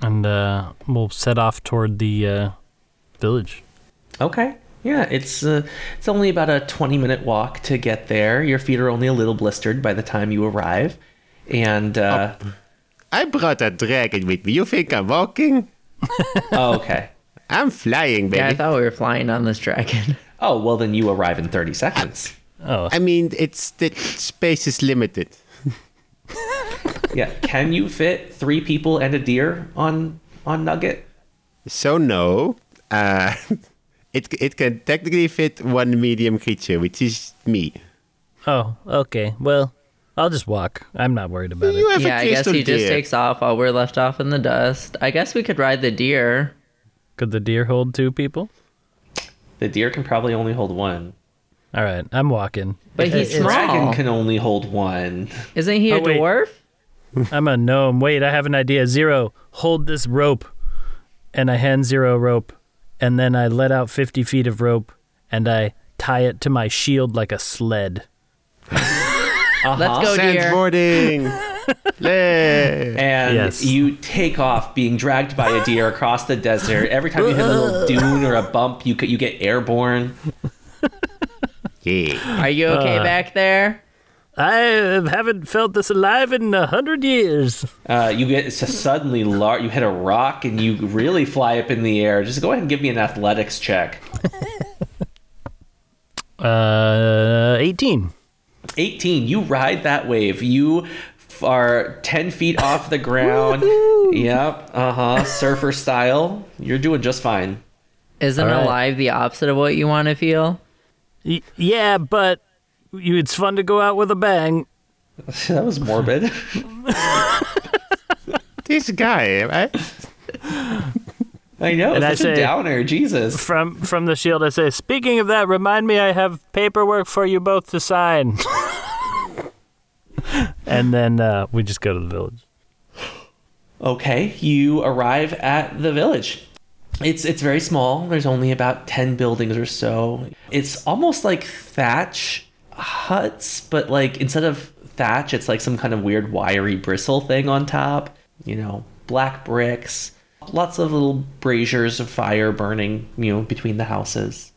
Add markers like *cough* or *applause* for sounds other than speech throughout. and uh, we'll set off toward the uh, village. Okay. Yeah, it's uh, it's only about a 20 minute walk to get there. Your feet are only a little blistered by the time you arrive. And uh, I brought a dragon with me. You think I'm walking? oh, okay. I'm flying, baby. Yeah, I thought we were flying on this dragon. Oh, well then you arrive in 30 seconds. Oh, I mean, it's the space is limited. Yeah, can you fit 3 people and a deer on on Nugget? So no, uh, *laughs* it it can technically fit one medium creature, which is me. oh, okay. Well, I'll just walk. I'm not worried about You it. *laughs* have yeah, a I guess crystal he just deer. takes off while we're left off in the dust. I guess we could ride the deer. Could the deer hold two people? The deer can probably only hold one. All right, I'm walking. Uh, But he's The dragon small. can only hold one. Isn't he a Oh, wait. dwarf? I'm a gnome. Wait, I have an idea. Zero, hold this rope. And I hand Zero a rope, and then I let out 50 feet of rope, and I tie it to my shield like a sled. Uh-huh. Let's go, deer. *laughs* Sandboarding. Yay. And Yes. you take off being dragged by a deer across the desert. Every time you hit a little dune or a bump, you, ca- you get airborne. yeah. Are you okay Uh. back there? I haven't felt this alive in a hundred years. Uh, you get so suddenly lar- you hit a rock and you really fly up in the air. Just go ahead and give me an athletics check. Uh, 18. 18. You ride that wave. You f- are 10 feet off the ground. yep. Uh huh. Surfer style. You're doing just fine. Isn't All right. alive the opposite of what you want to feel? Y- yeah, but you, it's fun to go out with a bang. that was morbid. *laughs* This guy, right? I know. And I It's such a say- downer. Jesus. From from the shield, I say, Speaking of that, remind me I have paperwork for you both to sign. *laughs* and then uh, we just go to the village. Okay. You arrive at the village. It's it's very small. There's only about 10 buildings or so. It's almost like thatch huts, but like instead of thatch, it's like some kind of weird wiry bristle thing on top, you know, black bricks, lots of little braziers of fire burning, you know, between the houses.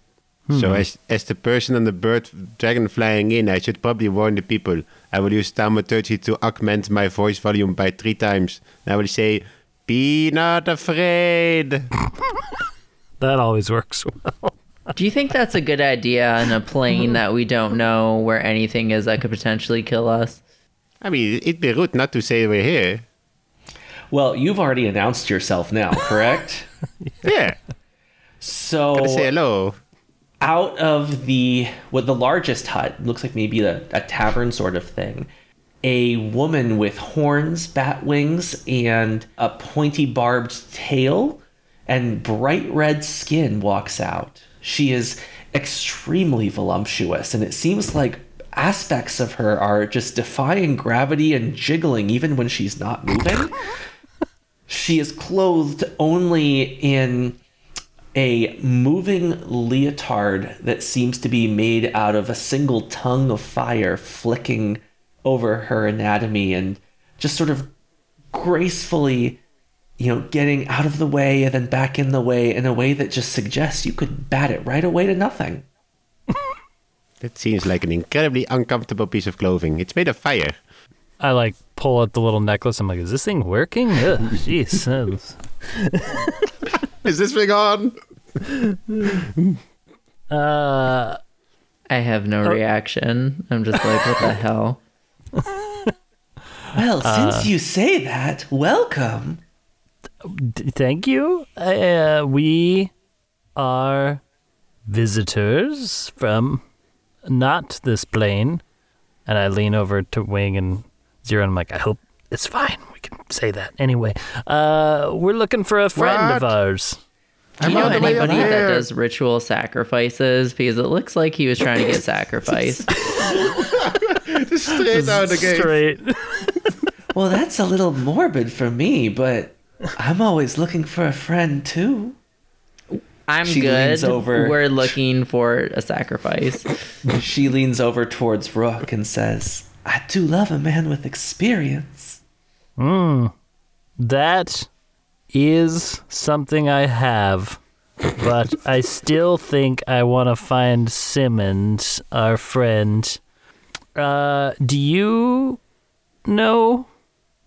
So as as the person on the bird dragon flying in, I should probably warn the people. I will use thaumaturgy to augment my voice volume by three times. And I will say, "Be not afraid." That always works. *laughs* Do you think that's a good idea on a plane that we don't know where anything is that could potentially kill us? I mean, it'd be rude not to say we're here. *laughs* Well, you've already announced yourself now, *laughs* correct? Yeah, so gotta say hello. out of the what the largest hut looks like maybe a, a tavern sort of thing a woman with horns bat wings and a pointy barbed tail and bright red skin walks out she is extremely voluptuous and it seems like aspects of her are just defying gravity and jiggling even when she's not moving she is clothed only in a moving leotard that seems to be made out of a single tongue of fire flicking over her anatomy and just sort of gracefully you know getting out of the way and then back in the way in a way that just suggests you could bat it right away to nothing That seems like an incredibly uncomfortable piece of clothing. It's made of fire. I like pull at the little necklace. I'm like, is this thing working? Ugh, *laughs* Jeez. that was- Is this thing on? Uh, I have Oh. no reaction. I'm just *laughs* like, what the hell? well since you say that welcome d- thank you. Uh, we are visitors from not this plane. And I lean over to Wing and Zero, and I'm like, I hope it's fine. We can say that anyway. Uh, we're looking for a friend of What? ours. Do you know on the way up anybody that here. does ritual sacrifices? Because it looks like he was trying to get sacrificed. Straight out the gate. Straight. well that's a little morbid for me but i'm always looking for a friend too I'm She good. leans over. We're looking for a sacrifice. She leans over towards Rook and says, I do love a man with experience. That is something I have, but I still think I want to find Simmons, our friend. Uh, do you know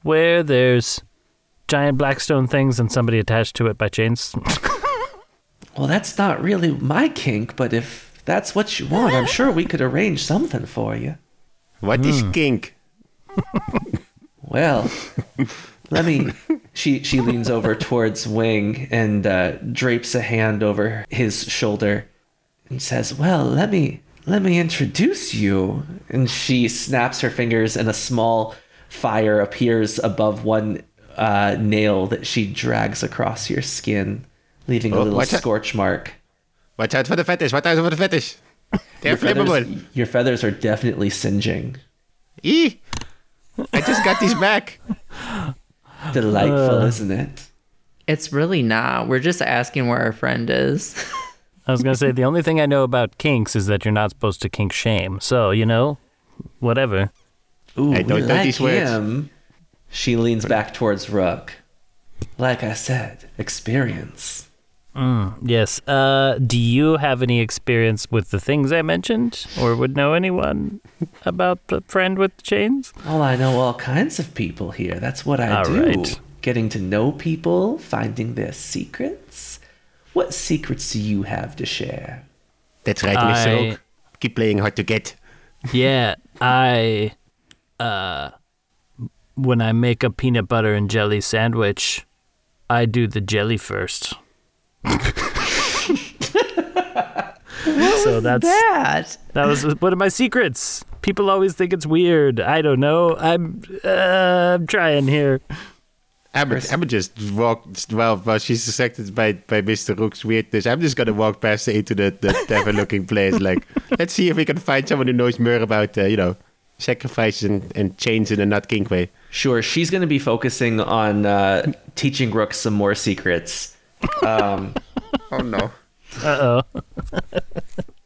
where there's giant blackstone things and somebody attached to it by chains? Well, that's not really my kink, but if that's what you want, I'm sure we could arrange something for you. What is kink? Well, let me. She she leans over towards Wing and uh, drapes a hand over his shoulder and says, "Well, let me let me introduce you." And she snaps her fingers, and a small fire appears above one uh, nail that she drags across your skin, leaving a Oh, little watch out. scorch mark. Watch out for the fetish. Watch out for the *laughs* fetish. They're flammable. Feathers, your feathers are definitely singeing. Eee. I just got these back. Delightful, isn't it? It's really not. We're just asking where our friend is. *laughs* I was gonna say the only thing I know about kinks is that you're not supposed to kink shame. So you know, whatever. Ooh, Hey, don't- we don't like these words. him. She leans back towards Rook. Like I said, experience. Yes. Uh, do you have any experience with the things I mentioned, or would know anyone about the friend with the chains? Well, I know all kinds of people here. That's what I All do. right. Getting to know people, finding their secrets. What secrets do you have to share? That's right, Miss I- Rogue. Keep playing hard to get. Yeah, I, uh, when I make a peanut butter and jelly sandwich, I do the jelly first. *laughs* so that's that. that was one of my secrets. People always think it's weird. I don't know. I'm uh, I'm trying here. Amber, Amber just walked, well, well, she's distracted by, by Mr. Rook's weirdness. I'm just going to walk past her into the, *laughs* the tavern looking place. Like, let's see if we can find someone who knows more about, uh, you know, sacrifice and, and change in a not kink way. Sure, she's going to be focusing on uh, teaching Rook some more secrets. Oh, no. Uh oh.